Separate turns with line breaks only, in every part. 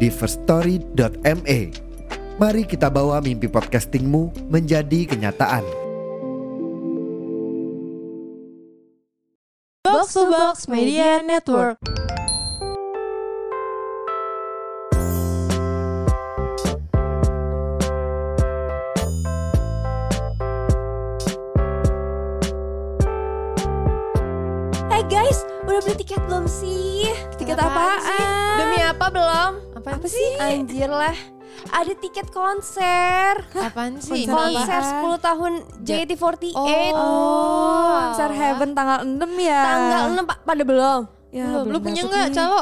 di firststory.me. Mari kita bawa mimpi podcastingmu menjadi kenyataan.
Box to Box Media Network.
Eh guys, udah beli tiket belum sih? Tiket
Apaan
apaan?
sih? Demi apa belum?
apa sih? Anjir lah. Ada tiket konser.
Apaan sih ini?
Konser
apaan?
10 tahun JKT48.
Oh,
Oh,
Star E
alah.
Heaven tanggal 6 ya.
Tanggal 6 pa- pada belum.
Ya,
Lu, lu
belum
punya
dapet
nggak
nih.
calo?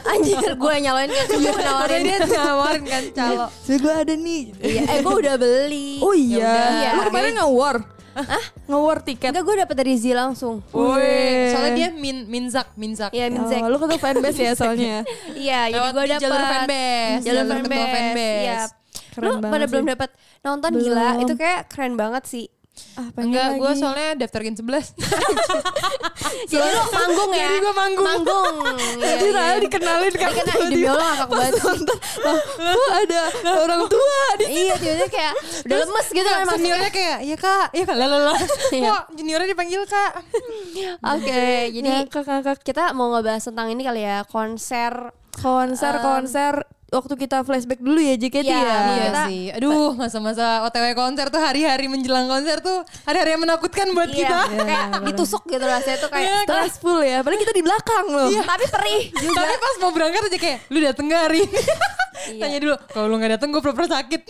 Anjir, gue nyalain kan
Iya,
juga nawarin.
Dia nawarin kan calo.
Saya gue ada nih.
Iya, eh gue udah beli. Ya
Oh iya.
Yaudah.
Lu kemarin nge-war. Hah? Nge-war tiket.
Enggak, gue dapet dari Z langsung.
Wih.
Soalnya dia min minzak minzak.
Iya, Minzek.
Oh, lu ketemu fanbase ya soalnya.
Iya, jadi
Lewat
gue
di
dapet
jalur fanbase,
Jalur
jalur ketua
fanbase,
fanbase.
Iya.
Keren
Lu
banget
pada
sih.
belum dapet nonton gila,
Belum.
itu kayak keren banget sih.
Ah, pengen
Enggak,
lagi.
gue soalnya daftarin 11
Jadi lo manggung ya?
Jadi gua manggung.
Manggung. Iya,
Jadi
iya.
Raya dikenalit kan.
Dia kena demi Allah ngakak banget sih.
Lu ada orang tua di
Iya tiba-tiba kayak udah lemes gitu kan maksudnya.
Seniornya kayak, iya kak, iya kak, lalala
Iya.
Kok juniornya dipanggil kak?
Oke jadi
kakak-kakak
kita mau ngebahas tentang ini kali ya konser
konser-konser waktu kita flashback dulu ya
Eh.
JKT
Iya,
ya.
Iya
Kita-
sih, aduh masa-masa OTW konser tuh hari-hari menjelang konser tuh Hari-hari yang menakutkan buat
Iya,
kita
kayak ditusuk gitu rasanya tuh
Iya,
kayak
Terus full ya, padahal kita di belakang loh.
tapi perih Iya juga.
Tapi pas mau berangkat aja kayak, lu dateng gak hari ini?
Iya.
Tanya dulu, kalau lu gak dateng gue pura-pura sakit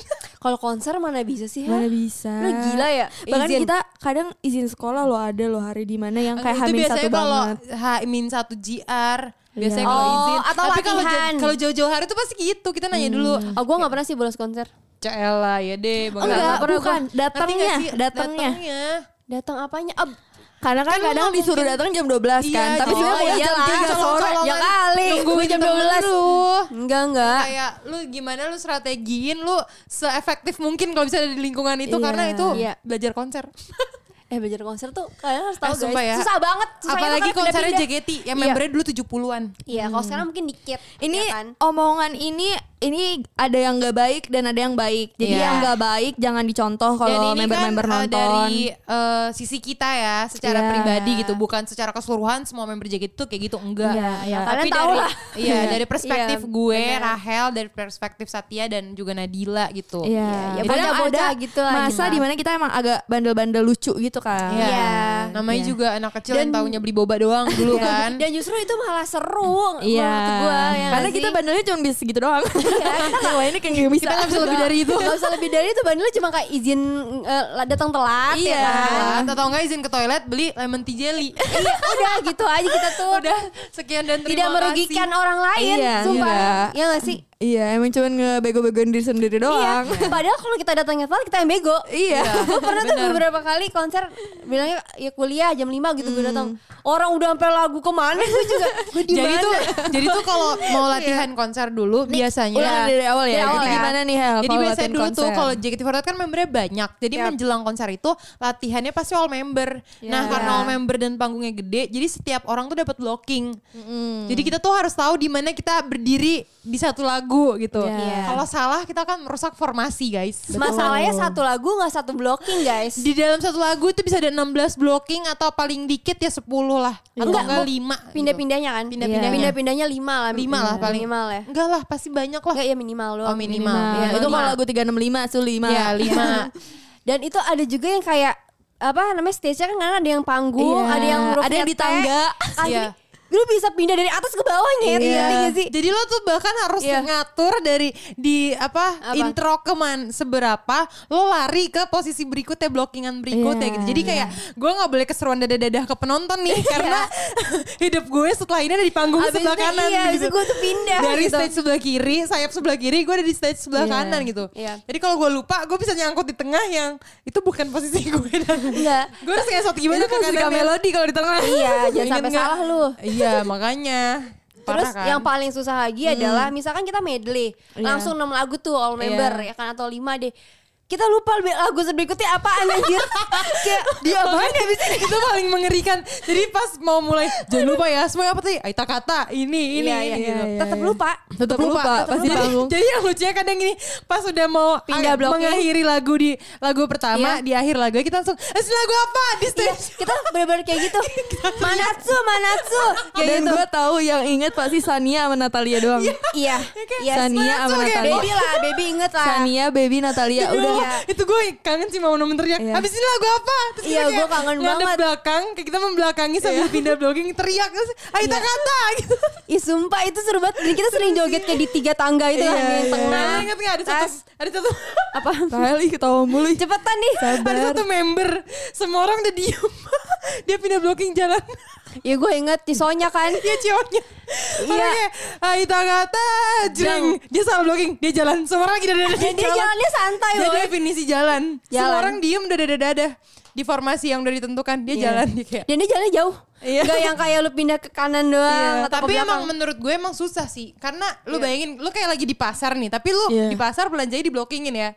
Kalau konser mana bisa sih? Hah?
Mana bisa?
Iya. Lu gila ya?
Bahkan
izin.
kita kadang izin sekolah loh ada loh hari di mana yang kayak
Itu
hamil
biasanya
satu
kalau
banget.
Hamin satu GR biasanya
Iya.
kalau
Oh,
izin
atau
tapi kalau jo-
latihan.
kalau jauh-jauh hari tuh pasti gitu kita nanya dulu
Oh gue gak pernah sih bolos konser.
Cela ya deh bang
Enggak,
Nggak pernah
Oh, bukan.
gua-
Datangnya,
Ngerti nggak sih?
datangnya.
Datang apanya? Ab
Karena kan
Kan lu
kadang
nggak
disuruh
mungkin-
datang jam 12 kan,
Iya,
tapi
jadi-
sebenarnya
Oh,
pulang jam
iyalah,
3 sore.
colong-colongan.
Ya kali.
Nungguin jam 12
Enggak, enggak.
kayak lu gimana lu strategiin lu seefektif mungkin kalau bisa ada di lingkungan itu
Iya.
karena itu
Iya.
belajar konser
eh belajar konser tuh kalian harus tahu
Eh, sumpah
guys.
ya.
Susah banget. Susah
apalagi konsernya
JKT
JKT
Iya.
yang membernya dulu 70-an
Iya, kalau sekarang mungkin dikit.
Ini
ya kan?
omongan ini ini ada yang nggak baik dan ada yang baik. Jadi
Iya.
yang nggak baik jangan dicontoh kalau
ini
member-member
kan, eh,
nonton.
dari eh, sisi kita ya secara
Iya.
pribadi gitu bukan secara keseluruhan semua member JKT itu kayak gitu enggak
Iya, iya.
tapi
Kalian tahu
dari
lah.
iya dari perspektif
Iya,
gue
benar.
Rahel dari perspektif Satya dan juga Nadila gitu
ya,
Iya, Kadang
bocah-bocah
ada
gitu lah,
Masa
gitu.
dimana kita emang agak bandel-bandel lucu gitu kan.
Iya.
Iya.
namanya
Iya.
juga anak kecil yang
Dan-
taunya beli boba doang dulu
Iya.
kan
Dan justru itu malah seru
Iya.
menurut gue. Ya
Karena
nggak
kita
sih?
bandelnya cuma bisa segitu doang. Iya. Yang ini kayak gak bisa.
kita nggak bisa lebih dari itu
Gak usah lebih dari itu bandelnya cuma kayak izin eh, datang telat
Iya.
ya kan?
Telat atau enggak izin ke toilet beli lemon tea jelly
Iya, udah gitu aja kita tuh
udah sekian dan terima
tidak merugikan
kasih.
orang lain
Iya,
sumpah
enggak.
ya gak sih
Iya, emang cuma ngebego-begoin diri sendiri doang.
Iya, padahal kalau kita datangnya telat kita yang bego.
Iya.
Gue pernah tuh
Bener.
beberapa kali konser bilangnya ya kuliah jam 5 gitu gue datang. Orang udah sampai lagu kemana gue juga. Gue di
jadi
mana?
tuh jadi tuh kalau mau
Iya.
latihan konser dulu biasanya
Ulang dari awal ya.
Dari awal
Jadi
ya.
gimana nih Hel?
Jadi
kalau
biasanya
latihan
dulu tuh
konser?
kalau JKT48 kan membernya banyak. Jadi menjelang konser itu latihannya pasti all member. Nah,
Iya.
karena all member dan panggungnya gede, jadi setiap orang tuh dapat blocking. Jadi kita tuh harus tahu di mana kita berdiri di satu lagu gitu.
Iya.
Kalau salah kita akan merusak formasi, guys.
Masalahnya satu lagu nggak satu blocking guys.
Di dalam satu lagu itu bisa ada 16 blocking atau paling dikit ya 10 lah. Atau
Enggak,
enggak
Bu.
5.
Pindah-pindahnya kan?
Pindah-pindahnya.
Pindah-pindahnya lima lah.
5 lah paling.
Minimal ya.
Enggak lah, pasti banyak lah.
Enggak ya minimal loh.
Oh, minimal.
Nah,
Iya,
itu
minimal.
kalau lagu 365 tuh 5.
Ya, 5.
Dan itu ada juga yang kayak apa namanya stage-nya kan kadang ada yang panggung,
Iya,
ada yang huruf
ada yang di
YT.
tangga.
Asli,
Iya.
lu bisa pindah dari atas ke bawah nyet
Iya.
ngerti gak sih
Jadi lo tuh bahkan harus
Iya.
ngatur dari di apa,
Apa?
intro ke man seberapa lo lari ke posisi berikutnya blockingan berikutnya
Iya,
gitu. Jadi kayak gue nggak boleh keseruan dada-dadah ke penonton nih karena hidup gue setelah ini ada di panggung
Iya. Abis
sebelah
itu
kanan
iya, abis
gitu.
itu gue tuh pindah
dari
gitu.
stage sebelah kiri, sayap sebelah kiri, gue ada di stage sebelah
Iya,
kanan gitu.
iya.
Jadi kalau gue lupa, gue bisa nyangkut di tengah yang itu bukan posisi gue.
Enggak.
Gue harus ngesot gimana
Itu kan
ke
suka
kanan melodi kalau di tengah.
Iya, jangan
Ingat
sampai
nggak?
salah lu.
Iya, makanya.
Terus
Parah kan?
yang paling susah lagi adalah misalkan kita medley,
Iya.
langsung 6 lagu tuh all
Iya.
member ya kan atau 5 deh. Kita lupa lagu berikutnya apaan anjir. Kayak
dia apaan ya bisa itu paling mengerikan jadi pas mau mulai jangan lupa ya semua apa tadi Aita kata ini ini
Iya,
ini
iya,
gitu.
iya.
tetap lupa.
Tetap lupa, pasti
Jadi-
panggung.
Jadi yang lucunya kadang gini, pas udah mau
Pindah
ah,
bloknya.
mengakhiri lagu di lagu pertama,
Iya.
di akhir lagu kita langsung, "Eh, ini lagu apa?" di
Iya,
stage.
kita bener-bener kayak gitu. Manatsu, Manatsu. Kayak
Dan
gitu.
gue tahu yang inget pasti Sania sama Natalia doang.
Iya. Iya.
Sania sama
Langsung kayak,
Natalia.
Baby lah, baby inget lah.
Sania, Baby, Natalia.
Aduh,
Udah.
Iya.
itu gue kangen sih mau nemen teriak.
Iya.
Habis ini lagu apa? Terus
Iya,
kita kayak
gue kangen
ngadep
banget. Iya.
belakang, kayak kita membelakangi sambil pindah blocking teriak terus Aita kata gitu.
Ih sumpah itu seru banget. Dan kita sering joget kayak di tiga tangga itu kan.
Iya,
Yang
iya.
tengah.
Nah, ingat gak ada satu
Tas.
ada satu
Apa?
Kali ketawa mulu.
Cepetan nih.
Ada satu member Semua orang udah diem Dia pindah blocking jalan
Ya gue inget di Sonya kan.
Dia ceweknya
Iya.
Orangnya Aita kata Jreng Dia salah blocking Dia jalan Semua orang lagi dada-dada
Dan dia jalannya santai
Dia
boy.
definisi jalan Semua
Jalan.
orang diem udah dada-dada Di formasi yang udah ditentukan Dia
Iya.
jalan dia kayak
Dan dia jalannya jauh.
Iya.
Gak yang kayak lu pindah ke kanan doang.
Iya,
atau ke
tapi
belakang. Iya.
emang menurut gue emang susah sih karena lu bayangin lu kayak lagi di pasar nih tapi lu
Iya.
di pasar belanjanya diblokingin ya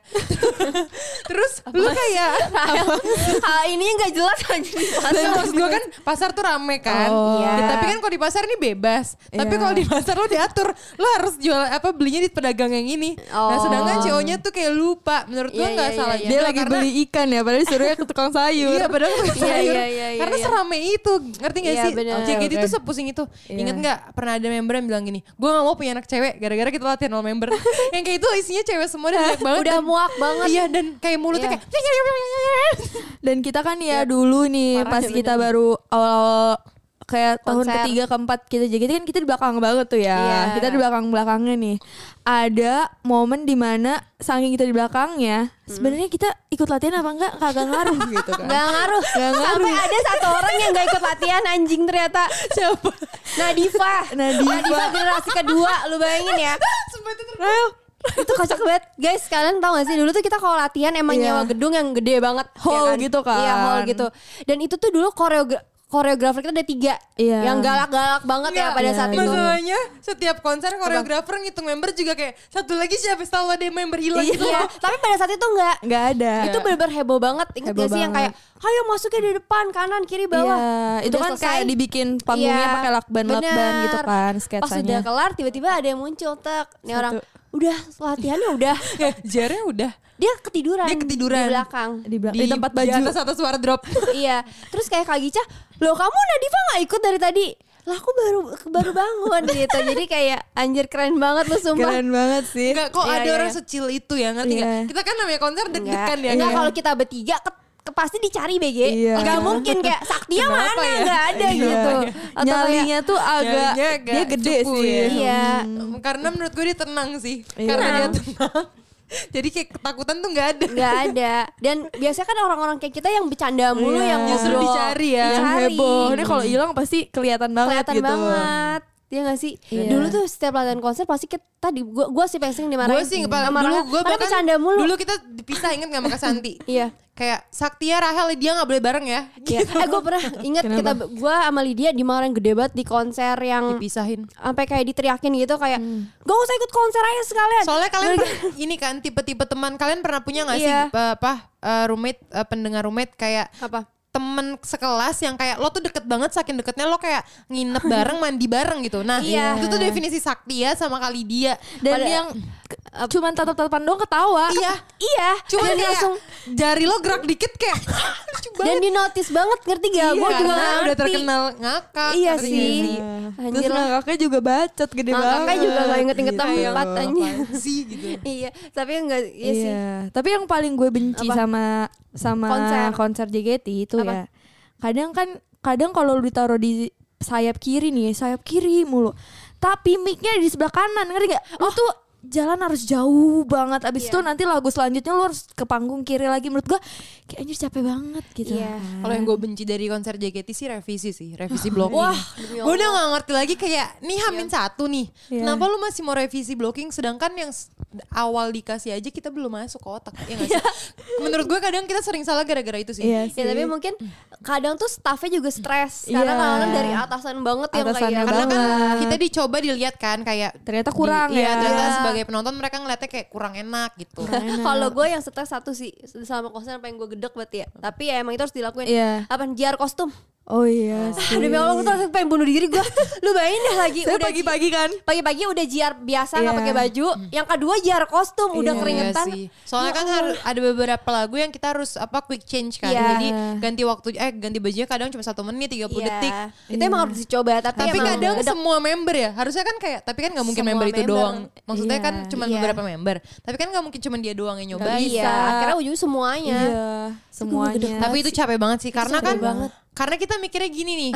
terus lu kayak
Ah, ini nggak jelas anjir.
Dan maksud gue kan pasar tuh rame kan.
Oh.
Ya,
Iya.
tapi kan kalau di pasar ini bebas. Tapi
Iya.
kalau di pasar lo diatur, lo harus jual apa belinya di pedagang yang ini. Nah,
Oh.
sedangkan CO-nya tuh kayak lupa. Menurut gue
Iya,
nggak
iya,
salah
iya,
Dia
juga
lagi
karena-
beli ikan ya, padahal disuruhnya ke tukang sayur.
Iya padahal gue
Iya,
sayur.
iya, iya, iya,
Karena
iya.
serame itu Ngerti gak
Iya,
sih
benar.
JKT
Oke,
itu
oke.
sepusing itu
Iya.
Ingat gak Pernah ada member yang bilang gini Gue gak mau punya anak cewek Gara-gara kita latihan all member Yang kayak itu isinya cewek semua Dan banyak banget
Udah
Dan-
muak banget.
Iya dan kayak "Ya, mulutnya
Iya.
kayak
Dan kita kan ya dulu nih
Parah
pas
sih,
kita
bener.
baru awal-awal kayak tahun
Konser.
ketiga keempat kita jadi kan kita di belakang banget tuh ya.
Iya.
Kita di belakang belakangnya nih. Ada momen dimana saking kita di belakangnya
Hmm.
sebenarnya kita ikut latihan apa enggak kagak ngaruh gitu kan.
Gak ngaruh.
Nggak ngaruh.
Sampai ada satu orang yang gak ikut latihan anjing ternyata.
Siapa?
Nadifa.
Nadifa.
generasi kedua. Lu bayangin ya.
Sumpah itu ter-
Itu kocak banget. Guys kalian tau gak sih dulu tuh kita kalau latihan emang
Iya.
nyewa gedung yang gede banget. ya
Hall gitu kan.
Iya hall gitu. Dan itu tuh dulu koreogra- koreografer kita ada tiga.
Iya.
Yang galak-galak banget ya
Nggak,
pada
Iya,
saat
iya.
itu.
Masalahnya setiap konser koreografer ngitung member juga kayak satu lagi siapa tahu ada yang member hilang gitu
Iya.
loh.
Tapi pada saat itu enggak.
Enggak ada.
Itu bener-bener heboh banget. Ingat
Heboh
gak sih yang kayak,
banget.
ayo masuknya di depan, kanan, kiri, bawah.
Iya, itu
Udah
kan
selesai.
kayak dibikin panggungnya
Iya,
pakai lakban-lakban
bener.
gitu kan
Pas udah
sketsanya.
kelar, tiba-tiba ada yang muncul, tek. Nih
Satu.
orang, udah latihannya udah.
Kayak jarnya udah
Dia ketiduran.
Dia ketiduran.
Di belakang.
di, bela- di tempat baju.
Di atas atas wardrobe.
iya. Terus kayak Kak Gica, loh kamu Nadifa gak ikut dari tadi? Lah aku baru baru bangun gitu. Jadi kayak anjir keren banget lu sumpah.
Keren banget sih.
Enggak kok
Iya,
ada
iya,
orang
iya.
secil itu ya ngerti nggak?
Iya.
Kita kan namanya konser deg-degan ya.
Enggak
kayak.
kalau kita bertiga ke, ke- pasti dicari BG.
Iya.
Enggak mungkin kayak Saktia
Kenapa
mana
ya?
enggak ada
Iya.
gitu. Atau kayak-
Nyalinya tuh agak
Nyalinya agak
dia gede
cupu
sih.
ya.
Iya.
Mm, Karena menurut gue dia tenang sih.
Iya.
Karena dia
Tenang.
tenang. Jadi kayak ketakutan tuh nggak ada.
nggak ada dan biasanya kan orang-orang kayak kita yang bercanda mulu
Iya.
yang
Justru
ngobrol.
dicari ya.
yang
Dicari.
heboh. Ini kalau hilang pasti kelihatan banget
kelihatan
gitu.
banget Iya gak sih?
Iya.
Dulu tuh setiap latihan konser pasti kita di gua gua sih pengen dimarahin.
Gue sih kepala-
Sama
dulu
Rahel.
gue
Karena bercanda mulu.
Dulu kita dipisah inget gak sama Kak Santi?
Iya.
Kayak Saktia Rahel dia gak boleh bareng ya.
Iya. Eh gue pernah inget kita gue sama Lydia dimarahin gede banget di konser yang
Dipisahin.
sampai kayak diteriakin gitu kayak gak usah ikut konser aja sekalian.
Soalnya kalian
Gua-
pernah- ini kan tipe-tipe teman kalian pernah punya nggak
Iya.
sih eh, apa eh, roommate eh, pendengar roommate kayak
apa?
temen sekelas yang kayak lo tuh deket banget saking deketnya lo kayak nginep bareng mandi bareng gitu. Nah
Iya.
itu tuh definisi sakti ya sama kali dia.
Dan
Pada-
yang ke- cuman tatap-tatapan doang ketawa.
iya.
Iya.
Cuma
dan
kayak
langsung
jari lo gerak dikit kayak "Ah, lucu
dan
banget.
di notice banget ngerti gak?
Iya,
gue juga
karena
gak
udah
ngerti.
terkenal ngakak.
Iya
ngerti
sih.
gak
Terus
Anjir lah.
kakaknya juga bacot gede banget.
Kakaknya juga gak inget-inget
Gitu.
tempat anjir.
sih gitu.
Iya, tapi enggak iya,
Iya,
sih.
tapi yang paling gue benci
Apa?
sama sama
Konser.
konser JGT itu
Apa?
ya. Kadang kan kadang kalau lu ditaruh di sayap kiri nih, sayap kiri mulu. Tapi mic-nya di sebelah kanan, ngerti gak?
Oh.
Lu tuh jalan harus jauh banget
Iya.
abis itu nanti lagu selanjutnya lu harus ke panggung kiri lagi menurut gua kayak anjir capek banget gitu
Iya.
kan.
Kalau yang gue benci dari konser JKT sih revisi sih, revisi blocking.
Ah, Wah, demi
gue udah gak ngerti lagi kayak nih hamin satu nih.
Iya.
Kenapa lu masih mau revisi blocking sedangkan yang s- awal dikasih aja kita belum masuk ke otak. Ya nggak
Iya.
sih? Menurut gue kadang kita sering salah gara-gara itu sih.
Iya
Ya tapi
sih.
mungkin kadang tuh staffnya juga stres karena
Iya.
kadang dari atasan banget ya, yang
Atasannya
kayak
Karena kan
banget.
kita dicoba dilihat kan kayak
Ternyata kurang
di- iya,
ya.
ternyata
Iya.
sebagai penonton mereka ngeliatnya kayak kurang enak gitu.
kalau gue yang stres satu sih selama konser pengen gue gedek berarti ya tapi ya emang itu harus dilakuin
Iya.
apa jiar kostum
Oh iya
ah,
sih.
demi Allah gue tuh langsung pengen bunuh diri gue lu bayangin deh lagi
Saya
udah
pagi-pagi kan.
pagi-pagi udah jiar biasa nggak
Iya.
pakai baju yang kedua jiar kostum udah
Iya,
keringetan Ya
Iya sih. Soalnya kan har- ada beberapa lagu yang kita harus apa quick change kan.
Iya.
Jadi ganti waktu eh ganti bajunya kadang cuma satu menit 30
Iya.
detik.
itu emang harus dicoba tapi,
Tapi
emang
kadang
gedek.
semua member ya, harusnya kan kayak tapi kan nggak mungkin
Semua
member itu
member.
doang. Maksudnya
Iya.
kan cuma
Iya.
beberapa member. Tapi kan nggak mungkin cuma dia doang yang
Nggak
nyoba.
bisa Iya, akhirnya ujungnya semuanya
Iya, semuanya.
Tapi itu capek banget sih karena kan karena kita mikirnya gini nih.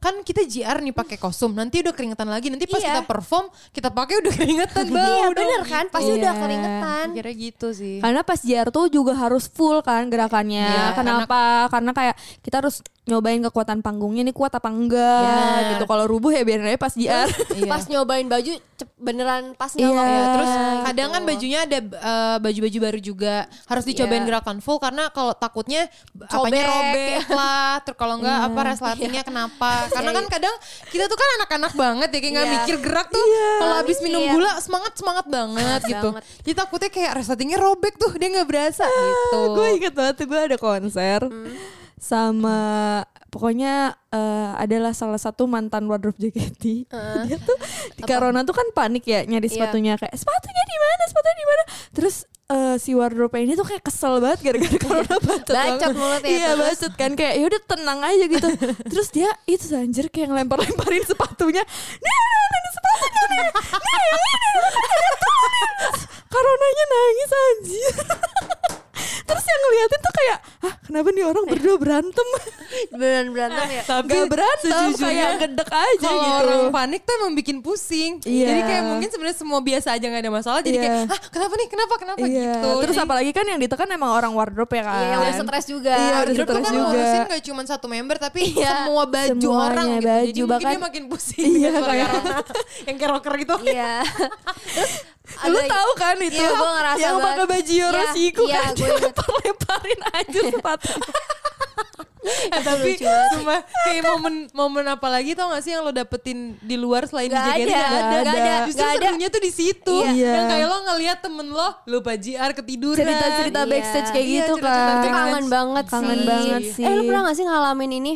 kan kita JR nih pakai kostum, nanti udah keringetan lagi. Nanti pas
Iya.
kita perform, kita pakai udah keringetan bau
iya
dong.
bener kan pasti
Iya.
udah keringetan
Kira gitu sih.
Karena pas JR tuh juga harus full kan gerakannya.
Iya,
Kenapa? Karena kayak kita harus nyobain kekuatan panggungnya nih kuat apa enggak
Iya.
gitu. Kalau rubuh ya biarin aja pas JR.
Iya.
pas nyobain baju cep- beneran pas
Iya.
nggak kok.
Ya, terus
Gitu.
kadang kan bajunya ada eh, baju-baju baru juga harus dicobain
Iya.
gerakan full karena kalau takutnya b- apanya
Sobek.
robek lah terus kalau enggak apa resletingnya kenapa karena kan kadang kita tuh kan anak-anak banget ya kayak nggak
Iya.
mikir gerak tuh kalau habis minum
Iya.
gula semangat semangat banget gitu
banget.
jadi takutnya kayak resletingnya robek tuh dia nggak berasa gitu
gue inget banget tuh, gue ada konser
Hmm.
sama pokoknya eh, adalah salah satu mantan wardrobe
Eh.
JKT. Dia tuh di Corona tuh kan panik ya nyari
Iya.
sepatunya kayak sepatunya di mana? Sepatunya di mana? Terus eh, si wardrobe ini tuh kayak kesel banget gara-gara
Iya,
corona bacot
Bacot
banget.
mulut ya,
Iya
terus.
bacot kan kayak yaudah tenang aja gitu. Terus dia itu anjir kayak ngelempar-lemparin sepatunya. Nih, nih, nih, nih, sepatunya nih. Nih, yang ini. Ada tuh, nih. Terus Coronanya nangis anjir. Terus yang ngeliatin tuh kayak, ah kenapa nih orang berdua berantem?
beneran
Ah,
berantem ya
Tapi
Gak berantem,
sejujurnya,
kayak gedek aja
kalau
gitu.
orang panik tuh emang bikin pusing.
Iya.
Jadi kayak mungkin sebenarnya semua biasa aja nggak ada masalah. Jadi
Iya.
kayak, ah kenapa nih, kenapa, kenapa
Iya.
gitu.
Terus
Jadi-
apalagi kan yang ditekan emang orang wardrobe ya kan.
Iya, yang udah stres juga.
Iya, udah
Wardrobe
stres
tuh kan
juga. Iya,
ngurusin gak cuma satu member tapi semua baju
Semuanya
orang gitu. Jadi
baju,
mungkin
bahkan-
dia makin pusing
Iya,
dengan suara
kayak-
orang yang kayak rocker gitu.
iya
Lu
Ada-
tahu kan itu
Iya, gua ngerasa
yang
banget.
pakai baju
Iya,
Yoroshiku
iya,
kan
gua
dia
inget.
lempar-lemparin aja sepatu.
Eh, tapi cuma kayak momen momen apa lagi tau gak sih yang lo dapetin di luar selain
Gak ada,
di JKT Gak ada,
gak ada,
Justru
gak ada.
serunya tuh di situ.
Iya.
Yang kayak lo ngeliat temen lo lupa JR ketiduran.
Cerita-cerita
Iya.
backstage kayak
Iya,
gitu
cerita-cerita
kan.
itu kangen banget
Kangen
sih.
banget sih.
eh lu pernah gak sih ngalamin ini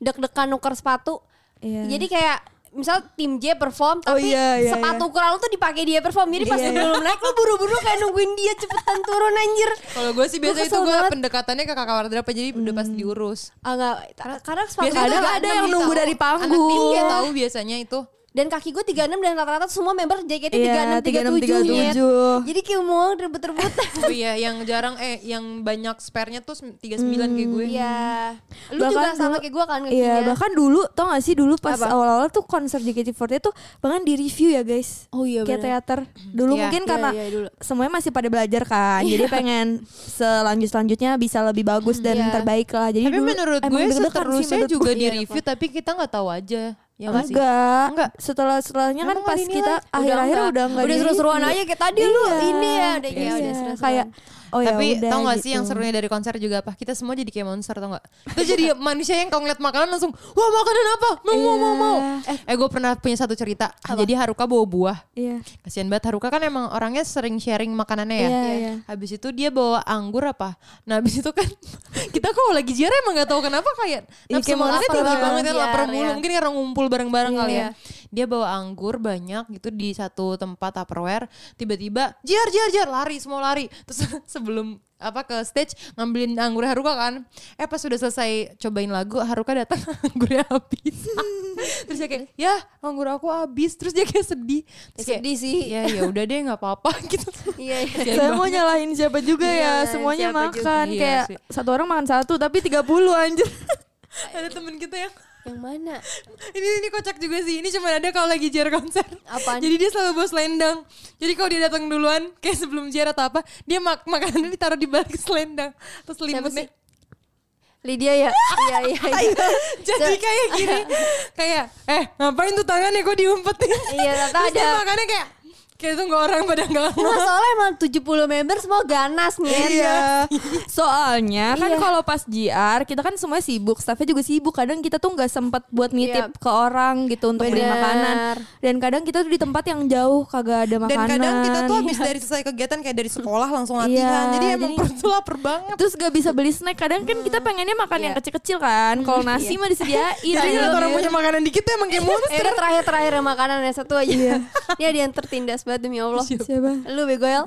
deg-degan nuker sepatu
Iya.
jadi kayak misal tim J perform tapi
Oh, iya, iya,
sepatu ukuran lu tuh dipakai dia perform jadi pas
Iya.
lu belum naik lu buru-buru kayak nungguin dia cepetan turun anjir
Kalau gue sih
Gua
biasanya itu
kesel
gue
banget.
pendekatannya ke kakak Wardrap jadi udah pasti diurus.
ah, gak, kadang sepatu
Biasanya tuh
Kadang
anak
Hmm. ada
enam
gitu.
yang
nih,
nunggu
tau.
dari panggung.
Anak tinggi
Iya.
tahu biasanya itu.
dan kaki gue 36 dan rata-rata tuh semua member JKT
Iya,
36 37 Nyet.
36-37.
jadi kayak mau rebut-rebutan
Oh iya, yang jarang eh yang banyak spare-nya tuh 39 kayak gue.
Iya. Lu juga
Bahkan
sama
dulu-
kayak gue kan
Iya,
kakinya.
bahkan dulu tau gak sih dulu pas
Apa?
awal-awal tuh konser JKT48 tuh bahkan di review ya guys.
Oh iya,
Kayak
bener.
teater. Dulu
Iya,
mungkin
iya,
karena
iya, dulu. Iya.
semuanya masih pada belajar kan. Jadi pengen selanjut-selanjutnya bisa lebih bagus dan
Iya.
terbaik lah. Jadi
Tapi
dulu
menurut
emang
gue
deg-degan sih
seterusnya
menurut
juga
gue.
di review tapi kita nggak tahu aja.
Iya
Ya nggak sih?
enggak.
Enggak.
Setelah setelahnya kan
Emang
pas
ada nilai?
kita
Udah
akhir-akhir
enggak.
udah enggak.
udah
di
seru-seruan
review.
aja kayak tadi lu
Iya.
ini ya udah ya,
Iya,
udah seru-seruan.
kayak oh ya
tapi
udah,
tau gak sih
gitu.
yang serunya dari konser juga apa? Kita semua jadi kayak monster tau gak? Kita jadi manusia yang kalau ngeliat makanan langsung, wah makanan apa? Mau, mau, mau, mau. Eh, gue pernah punya satu cerita. Jadi Haruka bawa buah.
Iya.
Kasihan banget Haruka kan emang orangnya sering sharing makanannya ya.
Iya, iya.
Habis itu dia bawa anggur apa? Nah, habis itu kan kita kok lagi ziarah emang gak tahu kenapa kayak
Iya,
nafsu
kayak
makannya
lapar
tinggi
banget. ya.
banget kan lapar
Iya,
mulu.
iya.
Mungkin karena ngumpul bareng-bareng kali
Iya.
ya. Dia bawa anggur banyak gitu di satu tempat Tupperware, tiba-tiba jar jar jar lari semua lari. Terus sebelum apa ke stage ngambilin anggur Haruka kan. Eh pas sudah selesai cobain lagu Haruka datang anggurnya habis. Terus dia kayak, "Ya, anggur aku habis." Terus dia kayak sedih. Terus kayak,
Sedih sih.
Ya ya udah deh nggak apa-apa gitu.
Iya, iya.
Kasihan
Saya
banget.
mau nyalahin siapa juga
Iya,
ya, semuanya
siapa juga.
makan
Iya
kayak
sih.
satu orang makan satu tapi 30 anjir.
ada temen kita yang
Yang mana?
ini ini kocak juga sih ini cuma ada kalau lagi JR konser
Apaan?
jadi dia selalu bawa selendang jadi kalau dia datang duluan kayak sebelum JR atau apa dia mak makanannya ditaruh di balik selendang terus
sih?
selimutnya
Lydia ya? Iya, iya, iya.
jadi kayak gini kayak eh ngapain tuh tangannya kok diumpetin
Iya, Tata
terus dia
ada-
makannya kayak kayak tuh nggak orang pada nggak
Nah, soalnya emang 70 member semua ganas nih.
Iya. Soalnya kan
Iya.
kalau pas JR kita kan semua sibuk, staffnya juga sibuk. Kadang kita tuh nggak sempet buat nitip
Iya.
ke orang gitu untuk beli
Bener.
makanan. Dan kadang kita tuh di tempat yang jauh kagak ada
dan
makanan.
kadang kita tuh habis
Iya.
dari selesai kegiatan kayak dari sekolah langsung
Iya,
latihan jadi emang
jadi-
perut tuh lapar banget
Iya. Terus gak bisa beli snack Kadang kan
Hmm.
kita pengennya makan
Iya.
yang kecil-kecil kan Kalau nasi mah disediain
jadi
Iya,
lihat orang
bener.
punya makanan dikit tuh emang kayak
Eh,
monster
udah terakhir-terakhir yang makanan yang satu aja. Ini ada yang tertindas banget demi Allah.
Siapa?
Lu bego El.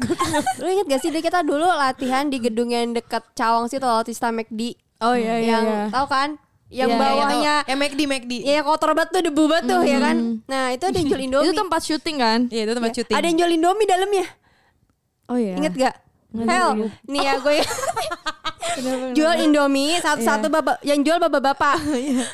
Lu inget gak sih deh kita dulu latihan di gedung yang dekat Cawang situ Altista McD.
Oh iya iya
yang
iya.
tahu kan? Yang
Iya, iya,
bawahnya
ya McD McD
ya yang kotor banget tuh debu banget tuh ya kan. Nah, itu ada yang jual Indomie.
Mm-hmm. Itu tempat syuting kan
Iya itu tempat syuting
Ada yang jual Indomie dalamnya.
Oh iya
Inget gak? Hel, nih ya gue jual Indomie satu-satu
Iya.
bapak yang jual bapak-bapak.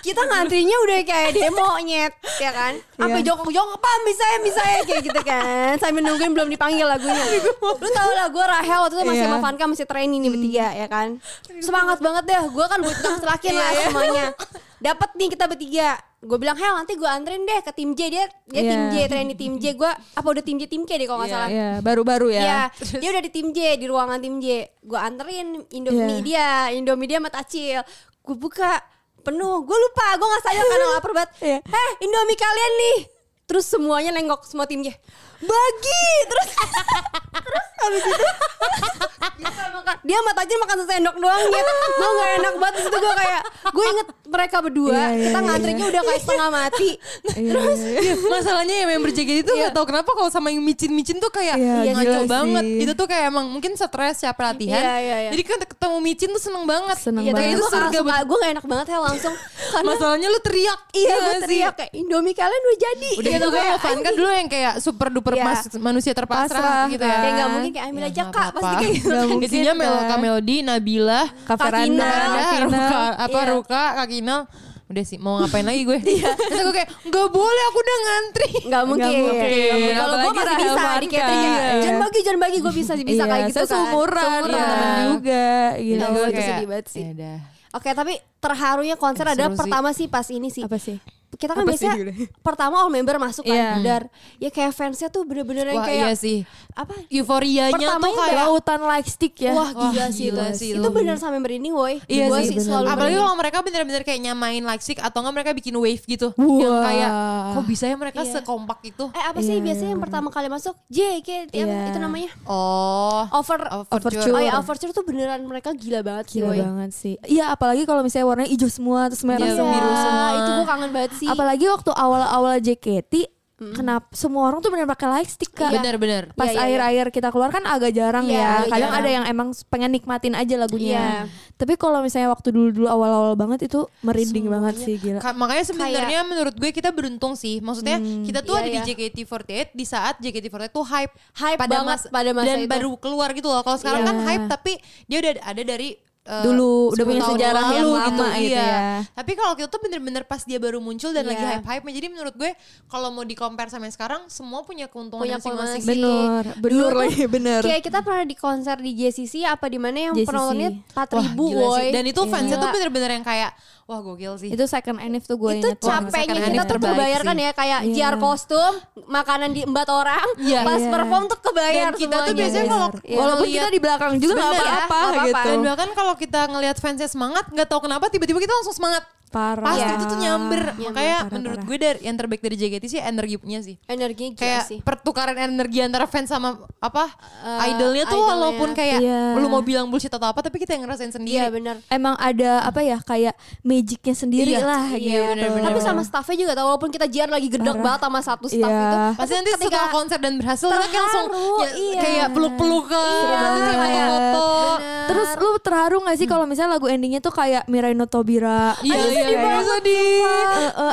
Kita ngantrinya udah kayak demo nyet, ya kan?
Iya.
Sampai jongkok-jongkok, pam bisa ya, bisa ya kayak gitu kan. Sambil nungguin belum dipanggil lagunya. Lu tau lah gue Rahel waktu itu masih
Iya. Hmm.
sama Vanka masih training nih bertiga ya kan. Semangat banget deh, gue kan butuh selakin
Iya,
lah semuanya. Dapat nih kita bertiga. Gue bilang Hel nanti gue anterin deh ke tim J dia dia tim J
Iya.
training tim J gue apa udah tim J tim K deh kalau nggak salah.
Iya baru-baru ya
kan? Iya, dia udah di tim J, di ruangan tim J. Gue anterin Indomie dia, Indomie dia sama Tacil. Gue buka penuh, gue lupa, gue gak sadar karena lapar banget.
Iya.
Eh, Indomie kalian nih. Terus semuanya nengok semua tim J. Bagi, terus terus habis itu dia sama makan, dia sama Tacil makan sesendok doang ya. Gue gak enak banget di situ gue kayak, gue inget mereka berdua,
Iya, iya,
kita
iya.
ngantrinya udah kayak setengah mati.
Terus
Iya, masalahnya ya member JKT itu nggak tahu kenapa kalau sama yang micin-micin tuh kayak
Iya,
ngaco
gila
banget.
sih.
Itu tuh kayak emang mungkin stres siapa latihan.
Iya, iya, iya.
Jadi kan ketemu micin tuh seneng banget.
Seneng
Iya,
Kayak
tapi
banget.
itu
gue
surga banget.
gue gak enak banget ya langsung. Karena
Masalahnya lu teriak.
Iya
gila
gue
sih.
teriak kayak Indomie kalian udah jadi
Iya,
Udah
Gitu
gitu kan
kayak,
Van kan dulu yang kayak super duper
Iya.
mas- manusia terpasrah
Pasrah,
gitu
kan.
ya.
Kayak gak mungkin kayak ambil aja kak Pasti kayak gitu
Nggak mungkin
Isinya
kan.
ya, Mel- Melody, Nabila,
Kak Veranda,
Veranda,
Kak Kinal.
Ruka, apa
Iya.
Ruka, Kak Kinal. Udah sih mau ngapain lagi gue. Terus aku kayak nggak boleh aku udah ngantri.
Gak mungkin
mungkin.
Kalau gue
Apalagi
masih bisa
Rahel
di
Marka.
catering ya
Iya.
Jangan bagi jangan bagi Gue bisa sih bisa
Iya,
kayak gitu
saya seumuran,
Seumuran.
teman-teman
Iya.
juga gitu.
Iya,
gue
itu sedih banget sih.
ya udah.
Oke tapi terharunya konser
Eh,
adalah
seru sih.
pertama sih pas ini sih
Apa sih?
Kita kan
Apa sih
biasanya
gitu?
Pertama all member masuk kan
Iya.
Dar Ya kayak fansnya tuh bener-bener yang
Wah
kayak
iya sih.
Apa
Euforianya tuh
Pertamanya
kayak
Lautan like stick ya
Wah
Wah,
gila sih
gila
itu
sih
Itu
lu.
bener sama member ini woy
Iya
Gua
sih,
sih
bener.
selalu
Apalagi
bener.
kalau mereka bener-bener kayak nyamain Leipzig atau enggak mereka bikin wave gitu.
Wah.
Yang kayak kok bisa ya mereka
Iya.
sekompak itu?
Eh apa
Iya.
sih biasanya yang pertama kali masuk JKT apa
Iya.
Itu namanya
Oh.
Over
Overture.
Oh iya, Overture tuh beneran mereka gila banget sih.
Gila
woy.
banget sih Iya apalagi kalau misalnya warnanya hijau semua Terus merah
Iya,
Iya,
semua
biru semua.
itu gue kangen banget sih.
Apalagi waktu awal-awal JKT Kenapa semua orang tuh bener pakai like stick kak
Bener-bener.
pas
Iya, iya,
air-air kita keluar kan agak jarang
Iya,
ya.
agak
Kadang
jarang.
ada yang emang pengen nikmatin aja lagunya.
Iya.
Tapi kalau misalnya waktu dulu-dulu awal-awal banget itu merinding banget sih gila.
Ka- makanya sebenarnya menurut gue kita beruntung sih. Maksudnya
Hmm,
kita tuh
Iya,
ada
iya.
di JKT48 di saat JKT48 tuh hype,
Hype banget pada masa itu.
dan baru keluar gitu loh. Kalau sekarang
Iya.
kan hype tapi dia udah ada dari eh,
Dulu, udah punya
10 tahun
sejarah yang
lalu
lama gitu
iya.
ya.
Tapi kalau kita tuh bener-bener pas dia baru muncul dan lagi
Iya.
hype-hype jadi menurut gue kalau mau di compare sama yang sekarang semua punya keuntungan
Punya
masing-masing.
keuntungan.
Bener, bener lagi bener.
Kayak kita pernah di konser di JCC apa di mana yang
JCC.
penontonnya 4000
Wah,
ribu Iya.
gila sih.
woy.
Dan itu fansnya tuh
Gila.
bener-bener yang kayak wah gokil sih.
Iya. Itu second NF tuh gue
itu
inget banget.
capeknya
Masakan
kita
Hanif
tuh
terbaik
terbayarkan
sih.
ya kayak
Iya.
JR kostum, makanan di empat orang,
Iya.
pas
Iya.
perform tuh kebayar
Dan kita tuh
semuanya.
biasanya kalau
Iya. Walaupun kita
ngeliat-
di belakang juga nggak
Bener ya,
apa-apa
nggak apa-apa.
gitu.
dan bahkan kalau kita ngelihat fansnya semangat nggak tahu kenapa tiba-tiba kita langsung semangat
Parah.
pasti
Iya.
itu tuh nyamber makanya
parah,
menurut
parah.
gue dari yang terbaik dari JKT sih energinya sih
energinya gila
kayak
Iya sih.
pertukaran energi antara fans sama apa
Eh,
idolnya tuh
idolnya.
walaupun kayak
Iya.
lu mau bilang bullshit atau apa tapi kita yang ngerasain
Iya
sendiri
benar.
Emang ada apa ya kayak magicnya sendiri
Iya.
lah
Iya,
gitu.
bener-bener.
Tapi sama staffnya juga tau walaupun kita JR lagi gedek
Parah.
banget sama satu staff
Iya.
itu.
pasti
tapi
nanti
ketika-
setelah konser dan berhasil kita kayak langsung
terharu,
ya,
iya.
kayak peluk-pelukan
Iya,
terus kayak
bener.
foto-foto
Terus lu terharu gak
Hmm.
sih kalau misalnya lagu endingnya tuh kayak Mirai no Tobira
iya iya iya
sedih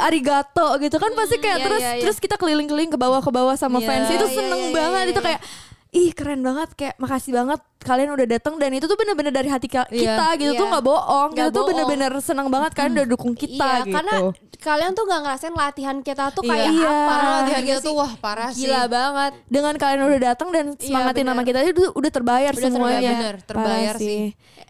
arigato gitu kan pasti kayak
iya,
terus
iya, iya.
terus kita keliling-keliling ke bawah ke bawah sama
Iya.
fans itu
Iya,
seneng
iya, iya,
banget
iya,
itu
iya.
kayak ih keren banget kayak makasih banget kalian udah datang dan itu tuh bener-bener dari hati ka-
Iya.
kita gitu tuh
Iya.
nggak bohong
Nggak
kita tuh
bohong.
bener-bener senang banget kalian udah dukung kita
iya,
gitu
karena kalian tuh nggak ngerasain latihan kita tuh
Iya.
kayak
Iya.
apa.
Karena latihan
Iya
kita
sih.
tuh wah parah sih.
Gila banget.
dengan kalian udah datang dan semangatin
Iya, bener.
nama kita itu udah terbayar
Udah
semuanya
terbayar, bener. Terbayar
Parah
sih.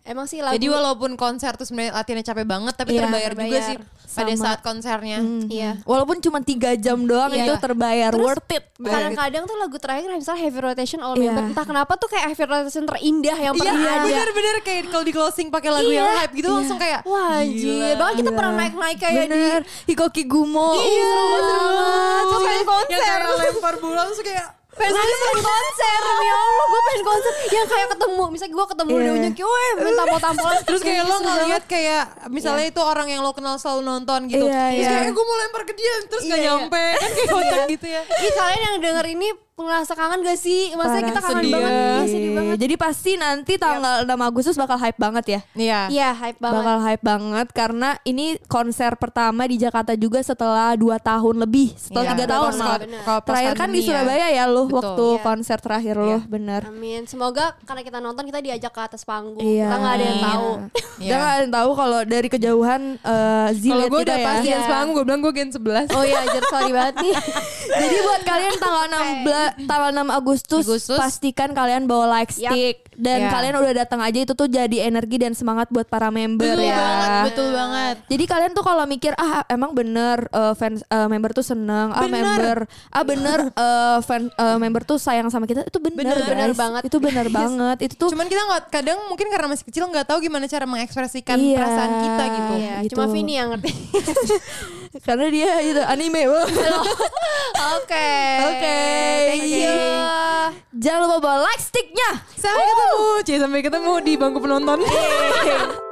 Emang sih lagu.
Jadi walaupun konser tuh sebenarnya latihannya capek banget tapi
Iya,
terbayar, juga
terbayar.
sih pada
Sama.
saat konsernya.
Iya.
walaupun cuma tiga jam doang
Iya.
itu terbayar
Terus
worth it gitu.
kadang-kadang tuh lagu terakhir misalnya Heavy Rotation All
Iya.
Member entah kenapa tuh kayak Heavy Rotation terindah yang
Iya,
pernah ada.
bener-bener kayak kalau di closing pakai lagu yang hype gitu langsung kayak
Wah anjir,
gila.
bahkan kita pernah naik-naik kayak
bener Hikoki Gumo
Iya, seru banget, seru banget. Terus kayak konser.
Yang kayak lempar bola terus kayak
di pengen pengen konser ya Allah, gue pengen konser yang kayak ketemu, misalnya gue ketemu
Iya.
yeah. Dewi Nyuki, woi minta mau tampolan,
Terus kayak lo ngeliat kayak misalnya itu orang yang lo kenal selalu nonton gitu.
Iya,
terus
iya.
kayak eh, gue mau lempar ke dia terus gak
Iya, iya.
nyampe. Kan kayak kocak gitu ya.
Ih kalian yang denger ini ngerasa kangen gak sih? Maksudnya kita kangen
sedih.
banget, iya sedih banget.
Jadi pasti nanti tanggal 6 Agustus bakal hype banget ya.
Iya.
Iya hype banget.
Bakal hype banget karena ini konser pertama di Jakarta juga setelah 2 tahun lebih,
Iya.
setelah tiga
Pas-
tahun
pas-
malah.
bener. pas
Terakhir kan di
pandemi ya.
Surabaya ya lu
Betul.
waktu
Iya.
konser terakhir lu, bener.
Amin. Semoga karena kita nonton kita diajak ke atas panggung.
Iya.
Kita nggak ada yang tahu.
Kita nggak ada yang tahu kalau dari kejauhan eh Z
Kalau
lihat
gue
kita
udah
ya.
pas
Iya.
dance panggung gue bilang gue gen 11.
Oh iya, anjir sorry banget nih.
Jadi buat kalian tanggal 16 tanggal 6 Agustus,
Agustus.
pastikan kalian bawa like
Yap.
stick dan
Iya.
kalian udah datang aja itu tuh jadi energi dan semangat buat para member
Betul
ya.
banget, betul banget.
Jadi kalian tuh kalau mikir ah emang bener eh, fans eh, member tuh seneng, ah
Bener.
member ah bener eh, fan eh, member tuh sayang sama kita itu
Bener,
bener, guys.
bener banget.
Itu bener banget. Itu tuh
Cuman kita nggak kadang mungkin karena masih kecil nggak tahu gimana cara mengekspresikan
Iya.
perasaan kita gitu.
Iya,
Gitu.
cuma Vini yang ngerti.
karena dia itu anime.
Oke.
Oke,
Thank
thank
you.
you. Jangan lupa bawa like sticknya.
Iya. Sampai ketemu, Cie, sampai ketemu di bangku penonton.